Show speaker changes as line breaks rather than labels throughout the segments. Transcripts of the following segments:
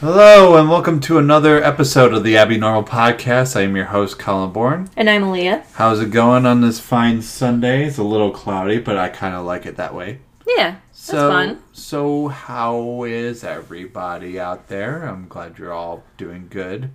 Hello, and welcome to another episode of the Abbey Normal Podcast. I am your host, Colin Bourne.
And I'm Aaliyah.
How's it going on this fine Sunday? It's a little cloudy, but I kind of like it that way.
Yeah, that's
So,
fun.
so how is everybody out there? I'm glad you're all doing good.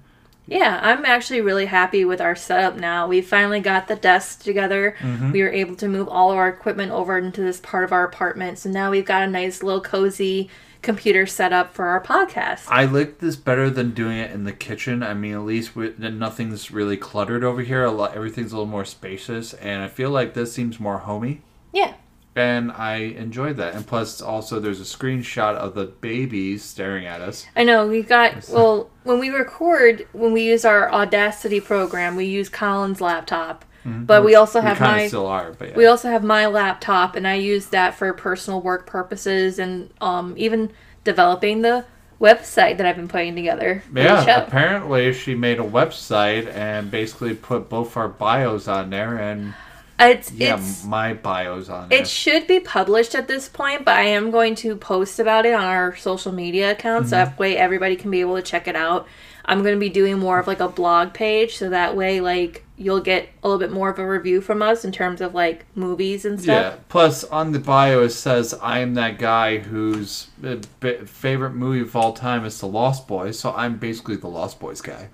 Yeah, I'm actually really happy with our setup now. We finally got the desks together.
Mm-hmm.
We were able to move all of our equipment over into this part of our apartment. So now we've got a nice little cozy computer setup for our podcast.
I like this better than doing it in the kitchen. I mean, at least with, then nothing's really cluttered over here. A lot, everything's a little more spacious, and I feel like this seems more homey.
Yeah.
And I enjoyed that. And plus, also, there's a screenshot of the babies staring at us.
I know we've got well when we record when we use our Audacity program we use Colin's laptop, but we also have
Mm-hmm. we kind
my
of still are, but yeah.
We also have my laptop, and I use that for personal work purposes and um, even developing the website that I've been putting together. for the
yeah,
show.
apparently she made a website and basically put both our bios on there, and
Uh, it's
yeah,
it's
my bios on there.
it should be published at this point, but I am going to post about it on our social media account,
Mm-hmm.
so that way everybody can be able to check it out. I'm going to be doing more of like a blog page, so that way like you'll get a little bit more of a review from us in terms of like movies and stuff.
Yeah. Plus, on the bio, it says I'm that guy whose uh, b- favorite movie of all time is The Lost Boys. So I'm basically the Lost Boys guy.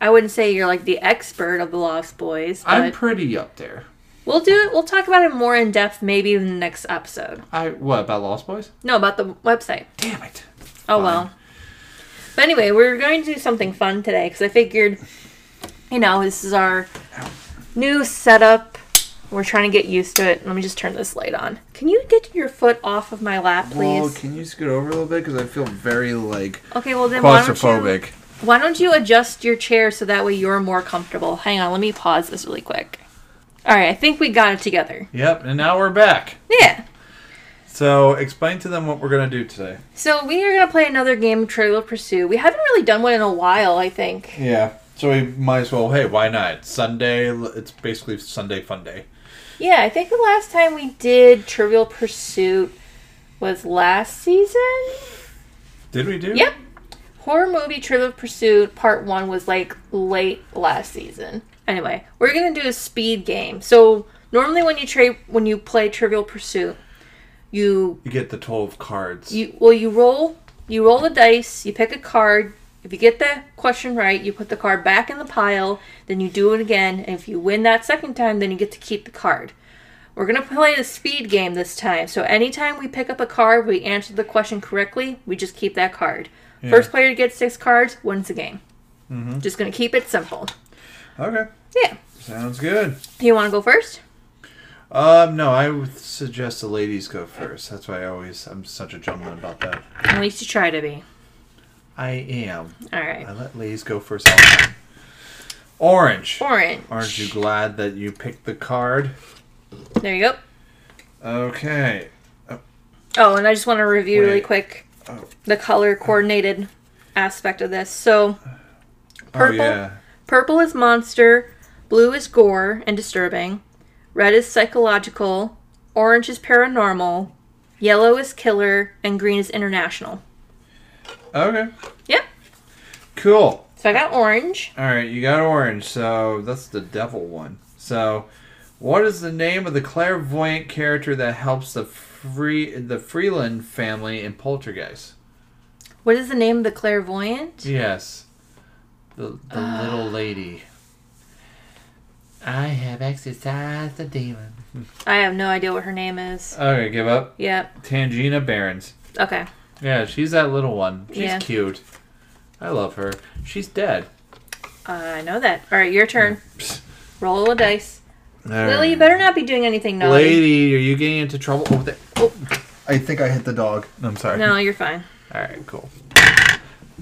I wouldn't say you're like the expert of the Lost Boys. But...
I'm pretty up there.
We'll do it. We'll talk about it more in depth maybe in the next episode.
I what about Lost Boys?
No, about the website.
Damn it!
Oh well. But anyway, we're going to do something fun today because I figured, you know, this is our new setup. We're trying to get used to it. Let me just turn this light on. Can you get your foot off of my lap,
Well,
please?
can you scoot over a little bit because I feel very like
okay, well then why don't you
claustrophobic.
why don't you adjust your chair so that way you're more comfortable? Hang on, let me pause this really quick. All right, I think we got it together.
Yep, and now we're back.
Yeah.
So explain to them what we're gonna do today.
So we are gonna play another game, Trailer Pursue. We haven't really done one in a while, I think.
Yeah. So we might as well. Hey, why not? Sunday. It's basically Sunday fun day.
Yeah, I think the last time we did Trivial Pursuit was last season.
Did we do?
Yep. Horror movie Trivial Pursuit Part One was like late last season. Anyway, we're gonna do a speed game. So normally when you tra- when you play Trivial Pursuit, you
You get the twelve cards.
You well, you roll. You roll the dice. You pick a card. If you get the question right, you put the card back in the pile. Then you do it again. And if you win that second time, then you get to keep the card. We're gonna play the speed game this time. So anytime we pick up a card, we answer the question correctly. We just keep that card. First player to get six cards wins the game. Just gonna keep it simple.
Okay.
Yeah.
Sounds good.
You want to go first?
Um, no, I would suggest the ladies go first. That's why I always I'm such a gentleman about that.
At least you try to be.
I am.
All
I
right.
let ladies go first all the time. Orange.
Orange.
Aren't you glad that you picked the card?
There you go.
Okay.
Oh, and I just want to review really
Wait.
quick
Oh.
the color coordinated aspect of this. So,
Oh
Purple.
yeah.
purple is monster, blue is gore and disturbing, red is psychological, orange is paranormal, yellow is killer, and green is international.
Okay.
Yep.
Cool.
So I got orange.
All right, you got orange. So that's the devil one. So, what is the name of the clairvoyant character that helps the free the Freeland family in Poltergeist?
What is the name of the clairvoyant?
Yes. The, the
Uh.
little lady. I have exercised the demon.
I have no idea what her name is.
Okay, give up.
Yep.
Tangina Barons.
Okay.
Yeah, she's that little one. She's
Yeah.
cute. I love her. She's dead.
I know that. All right, your turn.
Psst.
Roll a dice. Lily, you
Alright.
better not be doing anything naughty.
Lady, are you getting into trouble? Oh, there. oh. I think I hit the dog. I'm sorry.
No, you're fine.
All right, cool.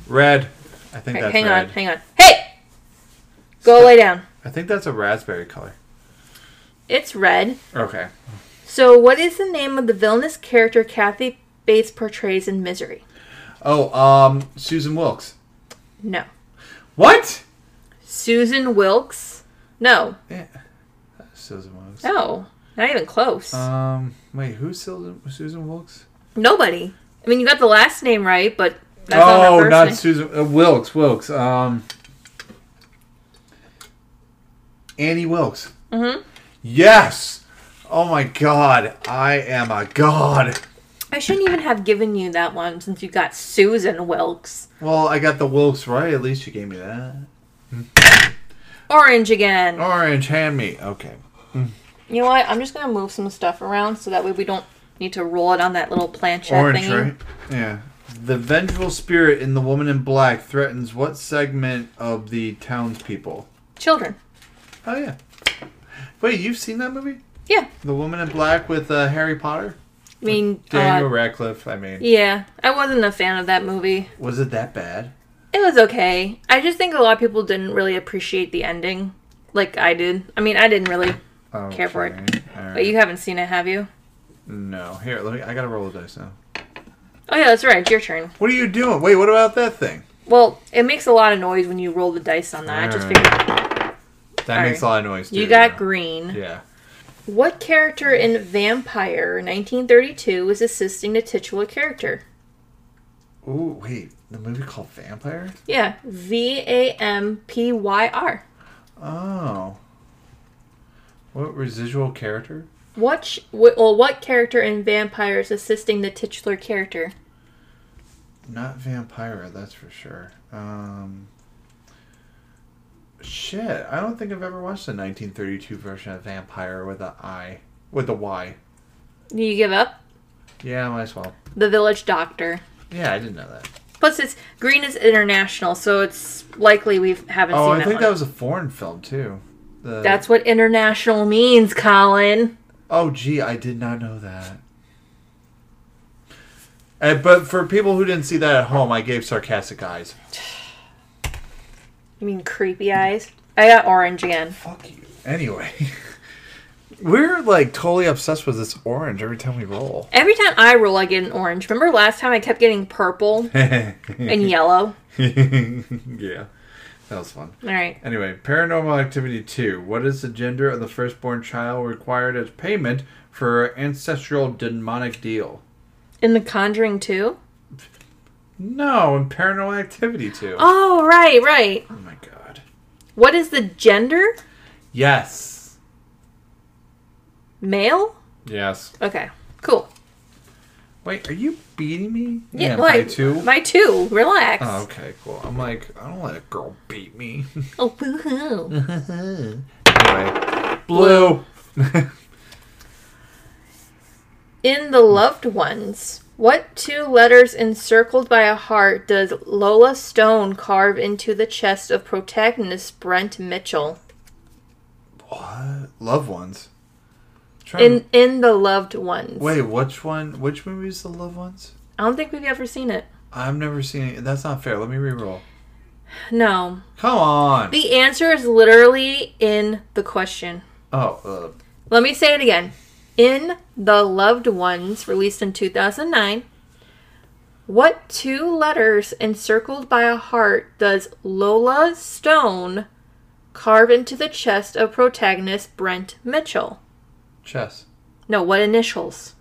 Red. I think
All right,
that's
hang
red.
on, hang on. Hey! Go lay down.
I think that's a raspberry color.
It's red.
Okay.
So, what is the name of the villainous character Kathy Bates portrays in Misery?
Oh, um, Susan Wilkes.
No.
What?
Susan Wilkes? No.
Yeah. Susan Wilkes.
No. Not even close.
Um, wait, who's Susan, Susan Wilkes?
Nobody. I mean, you got the last name right, but that's not
oh,
her first
not
name.
Susan uh, Wilkes. Wilkes. Um, Annie Wilkes.
Mhm.
Yes. Oh my God, I am a god.
I shouldn't even have given you that one since you got Susan Wilkes.
Well, I got the Wilkes right. At least you gave me that.
Orange again.
Orange, hand me. Okay.
You know what? I'm just gonna move some stuff around so that way we don't need to roll it on that little planchette
Orange,
thingy.
right? Yeah. The vengeful spirit in the woman in black threatens what segment of the townspeople?
Children.
Oh yeah. Wait, you've seen that movie?
Yeah.
The Woman in Black with uh, Harry Potter?
I mean,
Daniel
uh,
Radcliffe, I mean.
yeah. I wasn't a fan of that movie.
Was it that bad?
It was okay. I just think a lot of people didn't really appreciate the ending, like I did. I mean, I didn't really,
Oh,
Care for it. but
Alright.
you haven't seen it, have you?
No. Here, let me I gotta roll the dice now.
Oh yeah, that's right. It's your turn.
What are you doing? Wait, what about that thing?
Well, it makes a lot of noise when you roll the dice on that. I just
Alright.
figured
That
Alright.
makes a lot of noise. Too,
you got
yeah.
green.
Yeah.
What character in Vampire 1932 is assisting the titular character?
Ooh, wait. The movie called Vampire?
Yeah, V A M P Y R.
Oh. What residual character?
What sh- wh- well, what character in Vampire is assisting the titular character?
Not Vampire, that's for sure. Um Shit, I don't think I've ever watched the 1932 version of Vampire with a I, with a Y.
Do you give up?
Yeah, might as well.
The village doctor.
Yeah, I didn't know that.
Plus, it's green is international, so it's likely we haven't
Oh,
seen
I
that
think
one.
that was a foreign film too. The-
That's what international means, Colin.
Oh, gee, I did not know that. Uh, but for people who didn't see that at home, I gave sarcastic eyes.
You mean creepy eyes? I got orange again.
Fuck you. Anyway, we're like totally obsessed with this orange every time we roll.
Every time I roll, I get an orange. Remember last time I kept getting purple and yellow?
yeah, that was fun.
All right.
Anyway, Paranormal Activity 2. What is the gender of the firstborn child required as payment for ancestral demonic deal?
In The Conjuring 2?
No, in Paranormal Activity 2. Oh,
Oh, right, right.
my god.
What is the gender?
Yes.
Male?
Yes.
Okay, cool.
Wait, are you beating me?
Yeah,
by
like
two?
By two. Relax.
Oh,
Oh,
okay, cool. I'm like, I don't let a girl beat me.
boo-hoo.
anyway, blue.
In The Loved Ones, what two letters encircled by a heart does Lola Stone carve into the chest of protagonist Brent Mitchell?
what? Loved ones. Try
In In The Loved Ones.
Wait, which one? Which movie is the loved ones?
I don't think we've ever seen it.
I've never seen it. That's not fair. Let me re-roll.
No.
Come on.
The answer is literally in the question.
Oh, uh,
Let me say it again. In The Loved Ones, released in 2009, what two letters encircled by a heart does Lola Stone carve into the chest of protagonist Brent Mitchell?
chess.
No, what initials?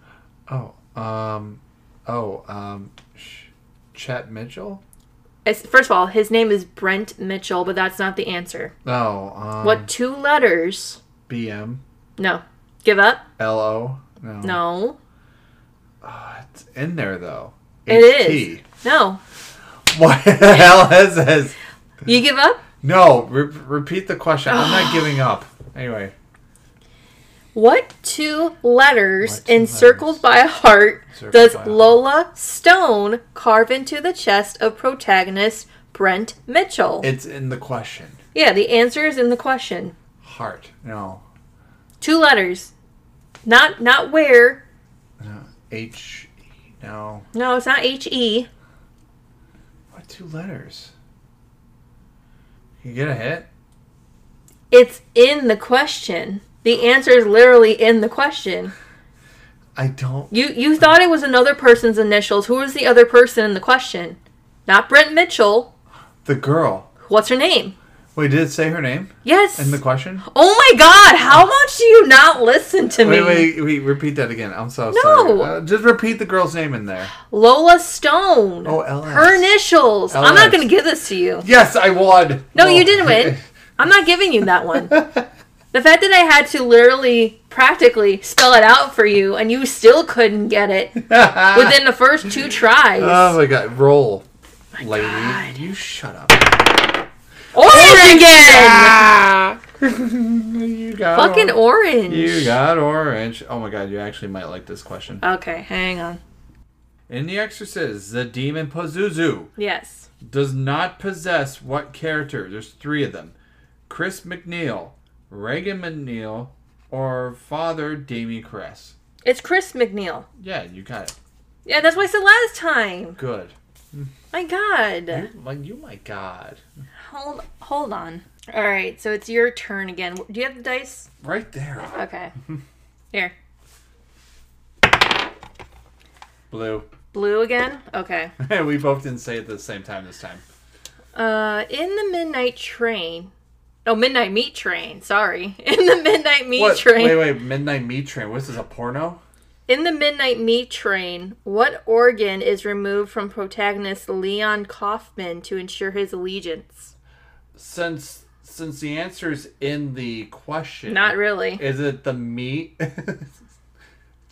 Oh, um, oh, um, sh- Chet Mitchell.
It's, first of all, his name is Brent Mitchell, but that's not the answer.
Oh, um,
What two letters?
B M
No. Give up?
L O. No,
No.
Oh, it's in there though.
It is.
HT.
No.
What the hell is this?
You give up?
No, re- repeat the question. I'm not giving up. Anyway,
What two letters
What two
encircled
letters?
by a heart
Encircled
does
by a heart.
Lola Stone carve into the chest of protagonist Brent Mitchell?
it's in the question.
yeah, the answer is in the question.
Heart. No.
Two letters. Not not where.
No. H. E, No.
No, it's not H E.
What two letters? You get a hit.
It's in the question. The answer is literally in the question.
I don't.
You you thought it was another person's initials. Who was the other person in the question? Not Brent Mitchell.
The girl.
What's her name?
Wait, did it say her name
Yes.
in the question?
oh my God! How much do you not listen to me?
Wait, wait, wait, repeat that again. I'm so
No.
sorry. Uh, just repeat the girl's name in there.
Lola Stone.
Oh, LS.
Her initials. I'm
LS.
not gonna give this to you.
Yes, I won.
No,
Oh.
you didn't win. I'm not giving you that one. The fact that I had to literally, practically spell it out for you, and you still couldn't get it within the first two tries.
Oh my god, roll, lady.
God.
You shut up.
orange
Oh,
again!
you got
Fucking
orange.
orange.
Oh, You got orange. Oh my god, you actually might like this question.
Okay, hang on.
In The Exorcist, the demon Pazuzu
Yes.
does not possess what character? There's three of them Chris McNeil, Reagan McNeil, or Father Damien Cress.
It's Chris McNeil.
Yeah, you got it.
Yeah, that's what I said last time.
Good.
My God.
Like, you, my God.
Hold, hold on. All right, so it's your turn again. Do you have the dice?
Right there.
Okay. Here.
Blue.
Blue again? Okay.
we both didn't say it at the same time this time.
Uh, in the midnight train. Oh, midnight meat train. Sorry, in the midnight meat train.
Wait, wait. Midnight Meat Train. What's this, a porno?
In the midnight meat train, what organ is removed from protagonist Leon Kaufman to ensure his allegiance?
Since since the answer's in the question.
Not really.
Is it the meat? it's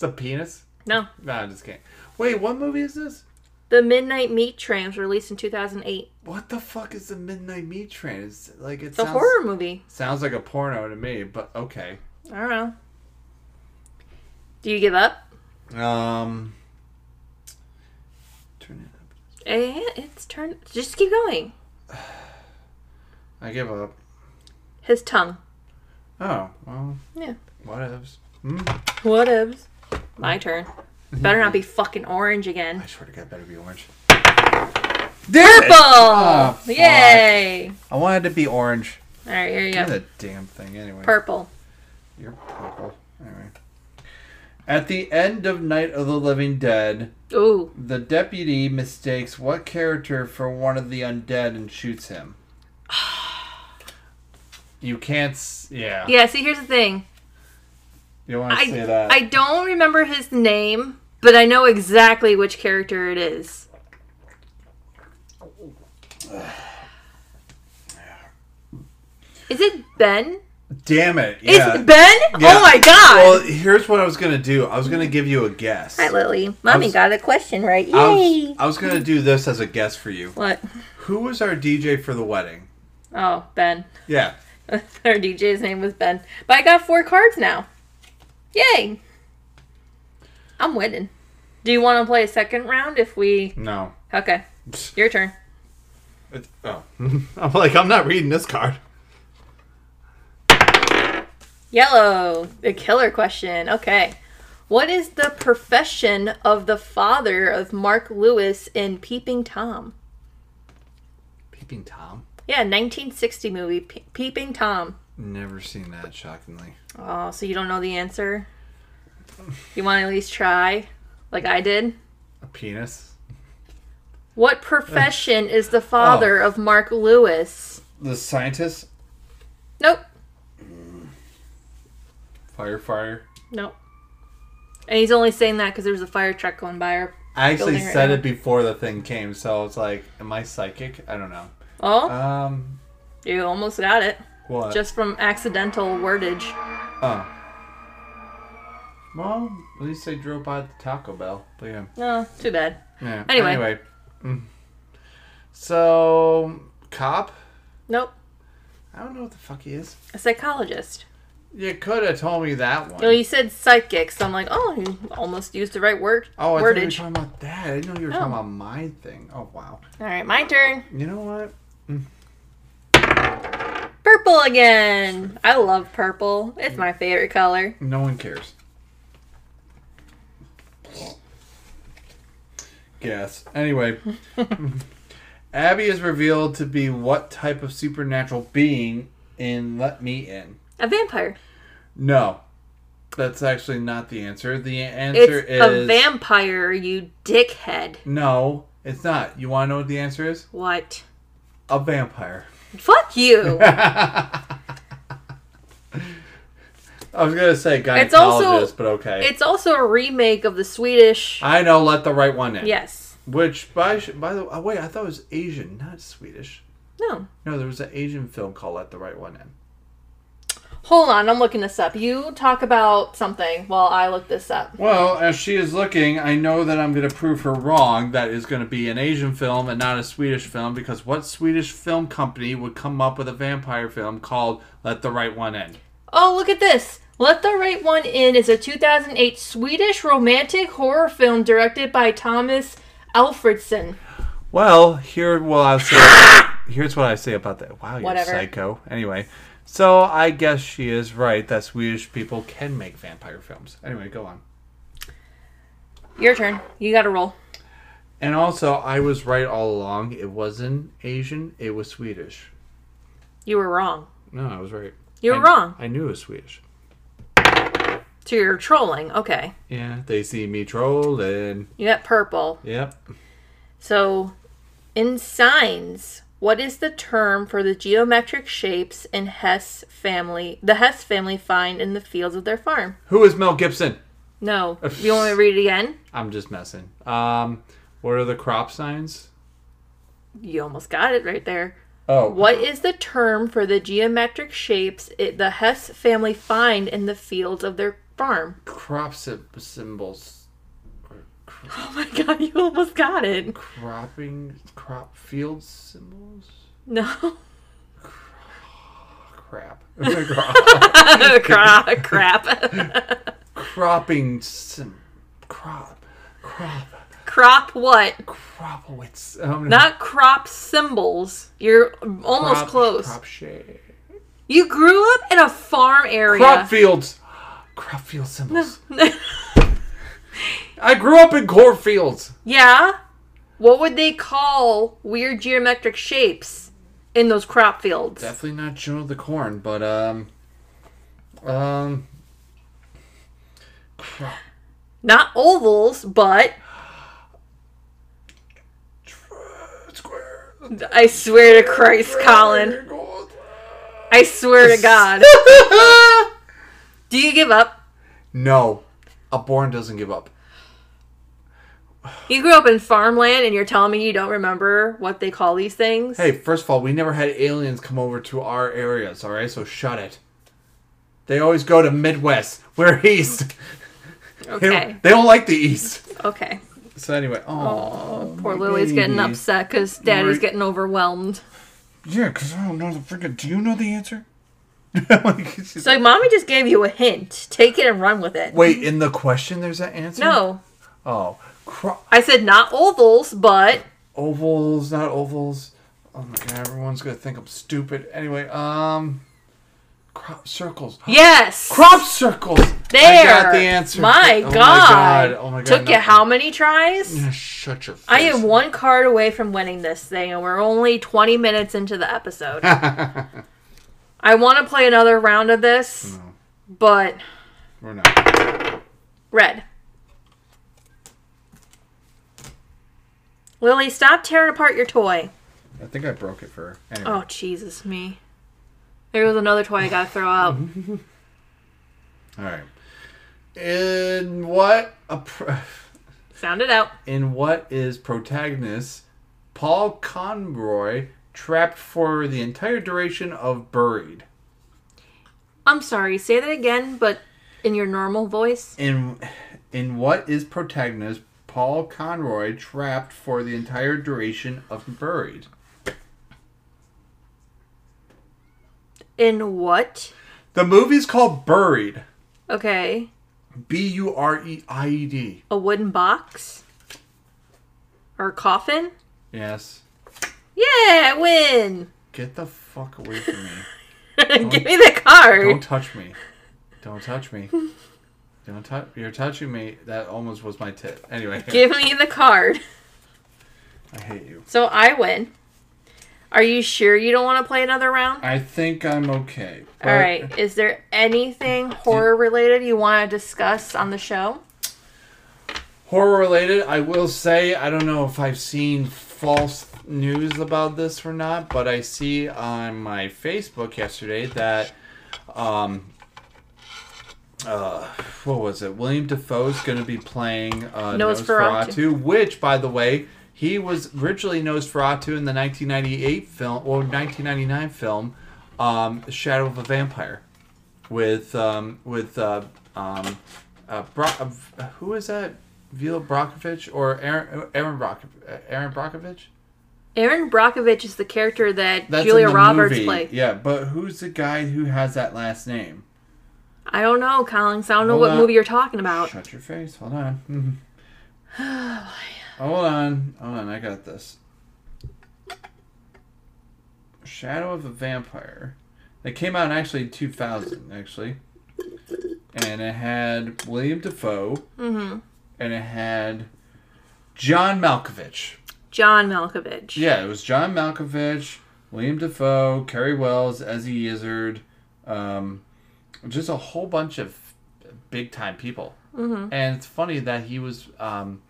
a penis?
No.
No, I'm just kidding. Wait, what movie is this?
The Midnight Meat Train was released in 2008.
What the fuck is the Midnight Meat Train? It's like it
It's
sounds
a horror movie.
sounds like a porno to me, but okay.
I don't know. Do you give up?
Um, turn it up.
Eh, It's turn. Just keep going.
I give up.
His tongue.
Oh well.
Yeah.
What ifs? Hmm?
Whatevs. My turn. Better not be fucking orange again.
I swear to God, better be orange. Damn
Purple!
Oh, fuck.
Yay!
I wanted to be orange.
All right, here you
Yeah.
go.
the damn thing anyway.
Purple.
You're purple. Anyway. At the end of Night of the Living Dead,
Ooh,
the deputy mistakes what character for one of the undead and shoots him. you can't. S- yeah.
yeah. See, here's the thing.
You don't want to say
I
that.
I don't remember his name, but I know exactly which character it is. Is it Ben?
Damn it.
It's Ben?
Yeah.
Oh my god!
Well, here's what I was gonna do. I was gonna give you a guess.
Hi, Lily. Mommy
was-
got a question right.
I
Yay!
was, I was gonna do this as a guess for you.
What?
Who was our DJ for the wedding?
Oh, Ben.
Yeah.
Our DJ's name was Ben. But I got four cards now. Yay! I'm winning. Do you want to play a second round if we.
No.
Okay. Your turn.
It's, oh. I'm like I'm not reading this card.
Yellow. The killer question. Okay. What is the profession of the father of Mark Lewis in Peeping Tom?
Peeping Tom.
Yeah, 1960 movie. Pe- Peeping Tom.
Never seen that. Shockingly.
Oh, so you don't know the answer? You want to at least try? Like I did?
A penis.
What profession is the
Oh.
father of Mark Lewis?
The scientist.
Nope.
Firefighter.
Nope. And he's only saying that because there was a fire truck going by. Or...
I actually
Building right
said
now.
it before the thing came, so it's like, am I psychic? I don't know.
Oh,
Um.
you almost got it.
What?
Just from accidental wordage.
Oh. Well, at least they drove by the Taco Bell. But yeah.
No, too bad.
yeah.
Anyway.
Mm. So, cop?
Nope.
I don't know what the fuck he is.
A psychologist.
You could have told me that one.
No, you said psychic, so I'm like, oh, you almost used the right word.
oh, I thought you were
wordage.
talking about that. I didn't know you were
Oh.
talking about my thing. Oh, wow.
All right, my turn.
You know what?
Purple again. I love purple. It's
Hmm.
my favorite color.
No one cares. Guess. Anyway, Abby is revealed to be what type of supernatural being in Let Me In?
A vampire.
No. That's actually not the answer. The answer
It's
is
a vampire, you dickhead.
No, it's not. You want to know what the answer is?
What?
A vampire.
Fuck you.
I was gonna say gynecologist,
It's also-
but okay.
it's also a remake of the Swedish.
I know. Let the right one in.
Yes.
Which by sh- by the oh, wait, I thought it was Asian, not Swedish.
No.
No, there was an Asian film called Let the Right One In.
Hold on, I'm looking this up. You talk about something while I look this up.
Well, as she is looking, I know that I'm going to prove her wrong. That is going to be an Asian film and not a Swedish film because what Swedish film company would come up with a vampire film called Let the Right One In?
Oh, look at this. Let the Right One In is a 2008 Swedish romantic horror film directed by Thomas Alfredson.
Well, here what I say. here's what I say about that. Wow, you're
Whatever.
psycho. Anyway, so I guess she is right that Swedish people can make vampire films. Anyway, go on.
Your turn. You gotta roll.
And also, I was right all along. It wasn't Asian. It was Swedish.
You were wrong.
No, I was right.
You were
I-
wrong.
I knew it was Swedish.
So you're trolling. Okay.
Yeah, they see me trolling.
You got purple.
Yep.
So, in signs, what is the term for the geometric shapes in Hess family? The Hess family find in the fields of their farm.
Who is Mel Gibson?
No, you want me to read it again?
I'm just messing. Um, what are the crop signs?
You almost got it right there.
Oh,
What is the term for the geometric shapes it, the Hess family find in the fields of their farm?
crop sym- symbols? Or cr-
Oh my god, you almost got it.
cropping, crop field symbols?
No.
Crap. Crop-
Cra- crap.
cropping sim. Crop. Crop.
Crop what?
Cropowitz. Um,
Not crop symbols. You're almost
crop-
close.
Crop shade.
You grew up in a farm
Crop
area.
fields. Crop field symbols. I grew up in cornfields.
yeah. What would they call weird geometric shapes in those crop fields?
Definitely not Joe the Corn, but um, um, crop.
Not ovals, but
Square.
I swear to Christ, Colin. I swear to God. Do you give up?
no, a born doesn't give up.
You grew up in farmland and you're telling me you don't remember what they call these things?
Hey, first of all, we never had aliens come over to our areas, all right? So shut it. They always go to Midwest. We're East. They don't-
Okay.
They don't like the East.
Okay.
So anyway, oh,
Poor Lily's getting
baby.
upset because daddy's
Right.
getting overwhelmed.
Yeah, because I don't know the freaking. Do you know the answer? Like, she's-
So mommy just gave you a hint. Take it and run with it.
Wait, in the question, there's that answer.
No.
Oh, cro-
I said not ovals, but
ovals, not ovals. Oh my god, everyone's gonna think I'm stupid. Anyway, um, crop circles.
yes.
Crop circles.
there.
I got the answer.
My,
Oh my
God.
god. Oh my god. Mm-hmm.
Took you
no.
how many tries?
Yeah, Shut your face.
I am one card away from winning this thing, and we're only 20 minutes into the episode. I want to play another round of this, but
We're not.
red. Lily, stop tearing apart your toy.
I think I broke it for her. Anyway.
Oh, Jesus, me. There was another toy I gotta throw out.
Mm-hmm. All right. In what a pro-
Sound it out.
in what is protagonist Paul Conroy trapped for the entire duration of Buried?
I'm sorry, say that again, but in your normal voice.
in in what is protagonist Paul Conroy trapped for the entire duration of Buried?
In what?
The movie's called Buried.
Okay.
B U R E I E D.
A wooden box? Or a coffin?
Yes.
Yeah, I win!
Get the fuck away from me.
Give me the card.
Don't touch me. Don't touch me. Don't touch you're touching me. That almost was my tip. Anyway,
Give me the card.
I hate you.
So I win. Are you sure you don't want to play another round?
I think I'm okay. but-
All right. Is there anything horror related you want to discuss on the show?
horror related i will say i don't know if i've seen false news about this or not, but I see on my Facebook yesterday that, um, uh, what was it? William Defoe's going to be playing uh,
Nosferatu.
Nosferatu, which, by the way, he was originally Nosferatu in the 1998 film or 1999 film, um, Shadow of a Vampire, with um, with uh, um, uh, Bro- uh, who is that? Vila Brockovich or Aaron Aaron Brock Aaron Brockovich?
Aaron Brockovich is the character that
That's
Julia
in the
Roberts
movie.
played.
Yeah, but who's the guy who has that last name?
I don't know, Collins. I don't know
Hold
what
on.
movie you're talking about.
Shut your face. Hold on. Mhm. Hold on. Hold on. I got this. Shadow of a Vampire. It came out actually in 2000, actually. And it had William Defoe.
hmm
And it had John Malkovich.
John Malkovich.
Yeah, it was John Malkovich, William Defoe, Kerry Wells, Ezzie Izzard, um, just a whole bunch of big time people. Mm-hmm. And it's funny that he was um,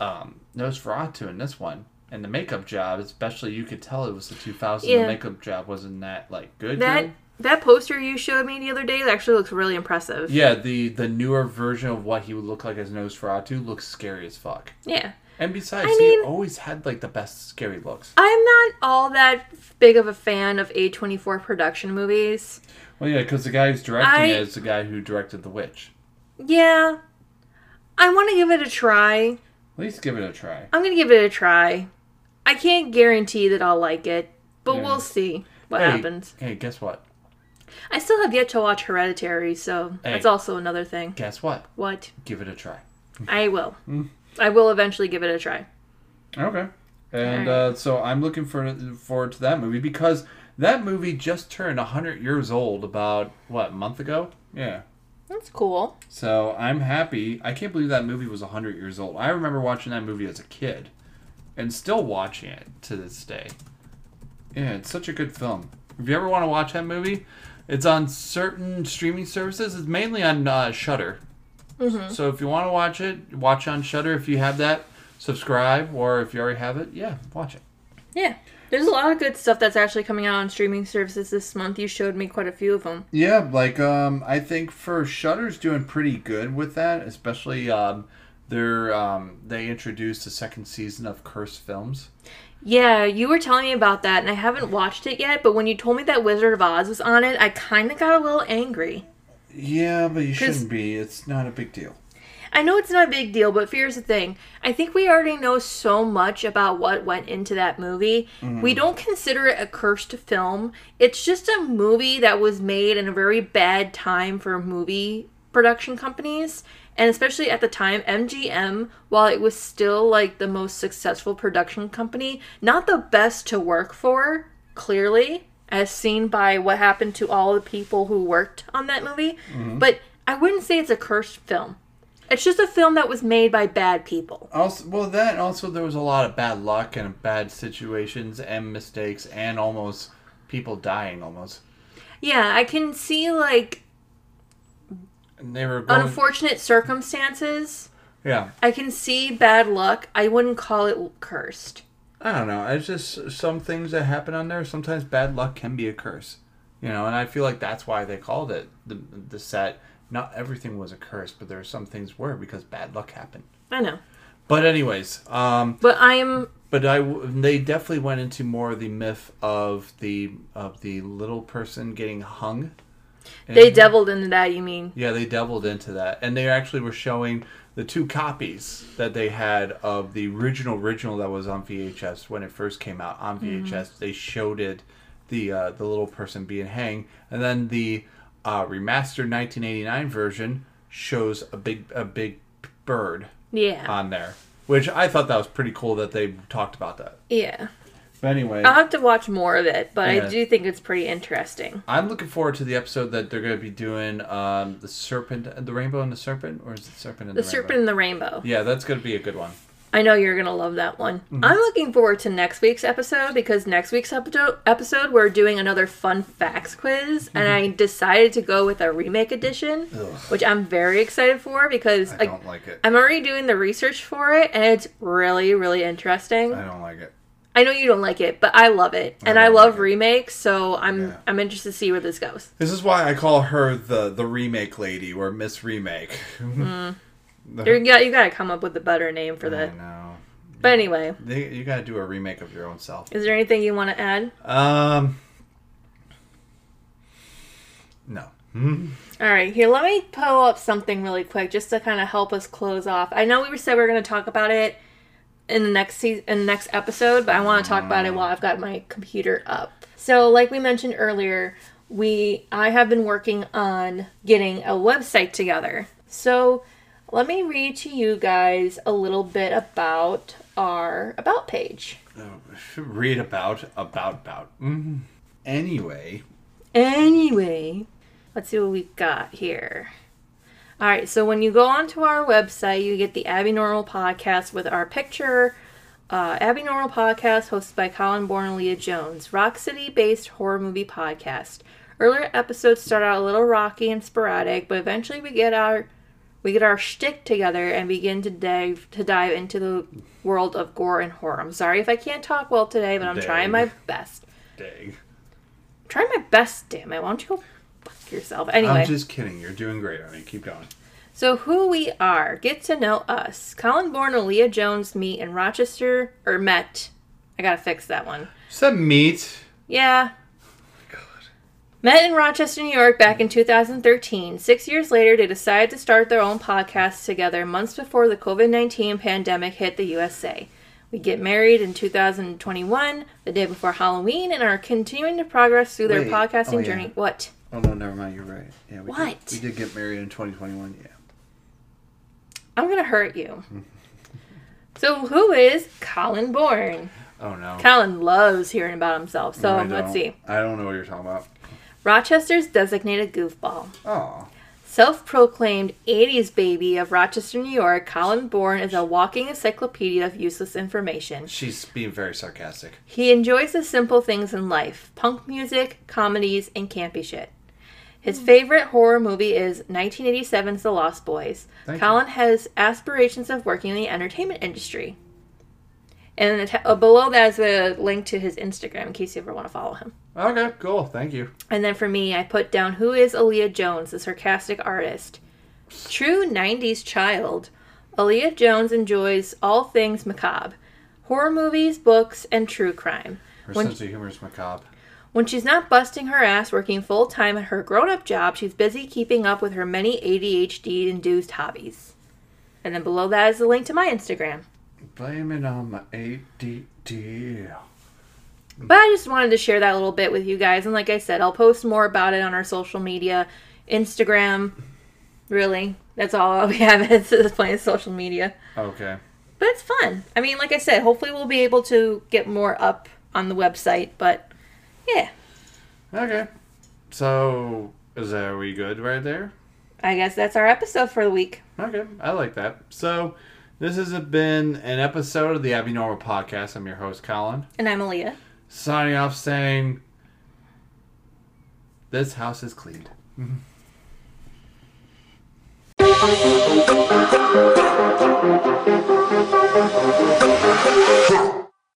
um, Nosferatu in this one. And the makeup job, especially, you could tell it was the 2000.
Yeah.
The makeup job wasn't that like good.
That
good.
that poster you showed me the other day actually looks really impressive.
Yeah, the the newer version of what he would look like as Nosferatu looks scary as fuck.
Yeah.
And besides,
I
he
mean-
always had like the best scary looks.
I'm not all that big of a fan of A24 production movies.
Well, yeah, because the guy who's directing
I-
it is the guy who directed The Witch.
Yeah. I want to give it a try.
At least give it a try.
I'm going to give it a try. I can't guarantee that I'll like it, but
Yeah.
we'll see what
Hey,
happens.
Hey, guess what?
I still have yet to watch Hereditary, so
Hey.
that's also another thing.
Guess what?
What?
Give it a try.
I will.
Mm.
I will eventually give it a try.
Okay. And
Alright.
uh, so I'm looking for, forward to that movie because that movie just turned 100 years old about, what, a month ago? Yeah.
That's cool.
So I'm happy. I can't believe that movie was 100 years old. I remember watching that movie as a kid and still watching it to this day. Yeah, it's such a good film. If you ever want to watch that movie, it's on certain streaming services. It's mainly on uh, Shutter. So if you want to watch it, watch on Shutter. If you have that, subscribe. Or if you already have it, yeah, watch it.
Yeah. There's a lot of good stuff that's actually coming out on streaming services this month. You showed me quite a few of them.
Yeah, like um, I think for Shutter's doing pretty good with that, especially um, they're um, they introduced a second season of cursed films.
Yeah, you were telling me about that, and I haven't watched it yet, but when you told me that Wizard of Oz was on it, I kind of got a little angry.
Yeah, but you
'Cause-
shouldn't be. It's not a big deal.
I know it's not a big deal, but here's the thing. I think we already know so much about what went into that movie. We don't consider it a cursed film. It's just a movie that was made in a very bad time for movie production companies. And especially at the time, MGM, while it was still like the most successful production company, not the best to work for, clearly, as seen by what happened to all the people who worked on that movie. But I wouldn't say it's a cursed film. It's just a film that was made by bad people.
Also, well, that also there was a lot of bad luck and bad situations and mistakes and almost people dying almost.
Yeah, I can see like
And they were going.
unfortunate circumstances.
yeah,
I can see bad luck. I wouldn't call it cursed.
I don't know. It's just some things that happen on there. Sometimes bad luck can be a curse, you know. And I feel like that's why they called it the the set. Not everything was a curse, but there were some things were because bad luck happened.
I know. Mhm.
But anyways, um,
But I'm
but I w- they definitely went into more of the myth of the of the little person getting hung.
they
And-
deviled into that, you mean?
yeah, they deviled into that, and they actually were showing the two copies that they had of the original original that was on VHS when it first came out on
Mm-hmm.
VHS. They showed it the uh, the little person being hanged, and then the uh, remastered 1989 version shows a big a big bird
Yeah.
on there, which I thought that was pretty cool that they talked about that.
yeah.
But anyway,
I'll have to watch more of it, but I
Yeah.
do think it's pretty interesting.
I'm looking forward to the episode that they're going to be doing um, the serpent, the rainbow and the serpent, or is it serpent and
The
the,
Serpent
Rainbow?
and the Rainbow.
Yeah, that's going to be a good one.
I know you're going to love that one. I'm looking forward to next week's episode because next week's epido- episode, we're doing another fun facts quiz, and I decided to go with a remake edition, which I'm very excited for because I
like it.
I'm already doing the research for it, and it's really, really interesting.
don't like it.
I know you don't like it, but I love it, and I,
don't
love
like it.
remakes. So I'm
Yeah.
I'm interested to see where this goes.
This is why I call her the the remake lady or Miss Remake.
You got you got to come up with a better name for
I
that.
know.
But anyway,
They, you got to do a remake of your own self.
is there anything you want to add?
Um. No.
All right, here, let me pull up something really quick just to kind of help us close off. I know we were said we were going to talk about it in the next season, in the next episode, but I want to talk about it while I've got my computer up. So, like we mentioned earlier, we I have been working on getting a website together. So, let me read to you guys a little bit about our about page.
Read about about about. Mm. Anyway,
Anyway, let's see what we got here. All right, so when you go onto our website, you get the Abby Normal podcast with our picture. Uh, Abby Normal podcast, hosted by Colin Bourne and Leah Jones, Rock City based horror movie podcast. Earlier episodes start out a little rocky and sporadic, but eventually we get our we get our shtick together and begin to dive to dive into the world of gore and horror. I'm sorry if I can't talk well today, but I'm trying my
Dang.
best
dang.
trying my best, damn it. Why don't you go fuck yourself? Anyway,
I'm just kidding. You're doing great on it. Keep going.
so who we are, get to know us. Colin Bourne and Leah Jones meet in Rochester, or met. I gotta fix that one.
Some meat.
Yeah.
Oh
Met in Rochester, New York back in 2013. Six years later, they decided to start their own podcast together months before the COVID 19 pandemic hit the USA. We get married in 2021, the day before Halloween, and are continuing to progress through their
Wait.
podcasting
Oh, yeah.
journey. What?
Oh no, never mind. You're right. Yeah, we
What?
Did, we did get married in 2021. Yeah.
I'm gonna hurt you. so who is Colin Bourne?
Oh no.
Colin loves hearing about himself. So
No, I
let's
don't.
see.
I don't know what you're talking about.
Rochester's designated goofball.
Oh.
Self proclaimed 80s baby of Rochester, New York, Colin Bourne is a walking encyclopedia of useless information.
She's being very sarcastic.
He enjoys the simple things in life punk music, comedies, and campy shit. His favorite horror movie is 1987's The Lost Boys.
Thank
Colin has aspirations of working in the entertainment industry. And it- uh, below that is a link to his Instagram in case you ever want to follow him.
Okay, cool. Thank you.
And then for me, I put down who is Aaliyah Jones, the sarcastic artist. True 90s child, Aaliyah Jones enjoys all things macabre horror movies, books, and true crime.
Her
When-
sense of humor is macabre.
When she's not busting her ass working full time at her grown up job, she's busy keeping up with her many ADHD induced hobbies. And then below that is the link to my Instagram.
Blame it on my ADD.
But I just wanted to share that little bit with you guys. And like I said, I'll post more about it on our social media Instagram. Really, that's all we have at this point is social media.
Okay.
But it's fun. I mean, like I said, hopefully we'll be able to get more up on the website. But yeah,
Okay. So, is that, are we good right there?
I guess that's our episode for the week.
Okay, I like that. So, this has been an episode of the Abnormal Podcast. I'm your host, Colin.
And I'm Aaliyah.
Signing off saying, This house is cleaned.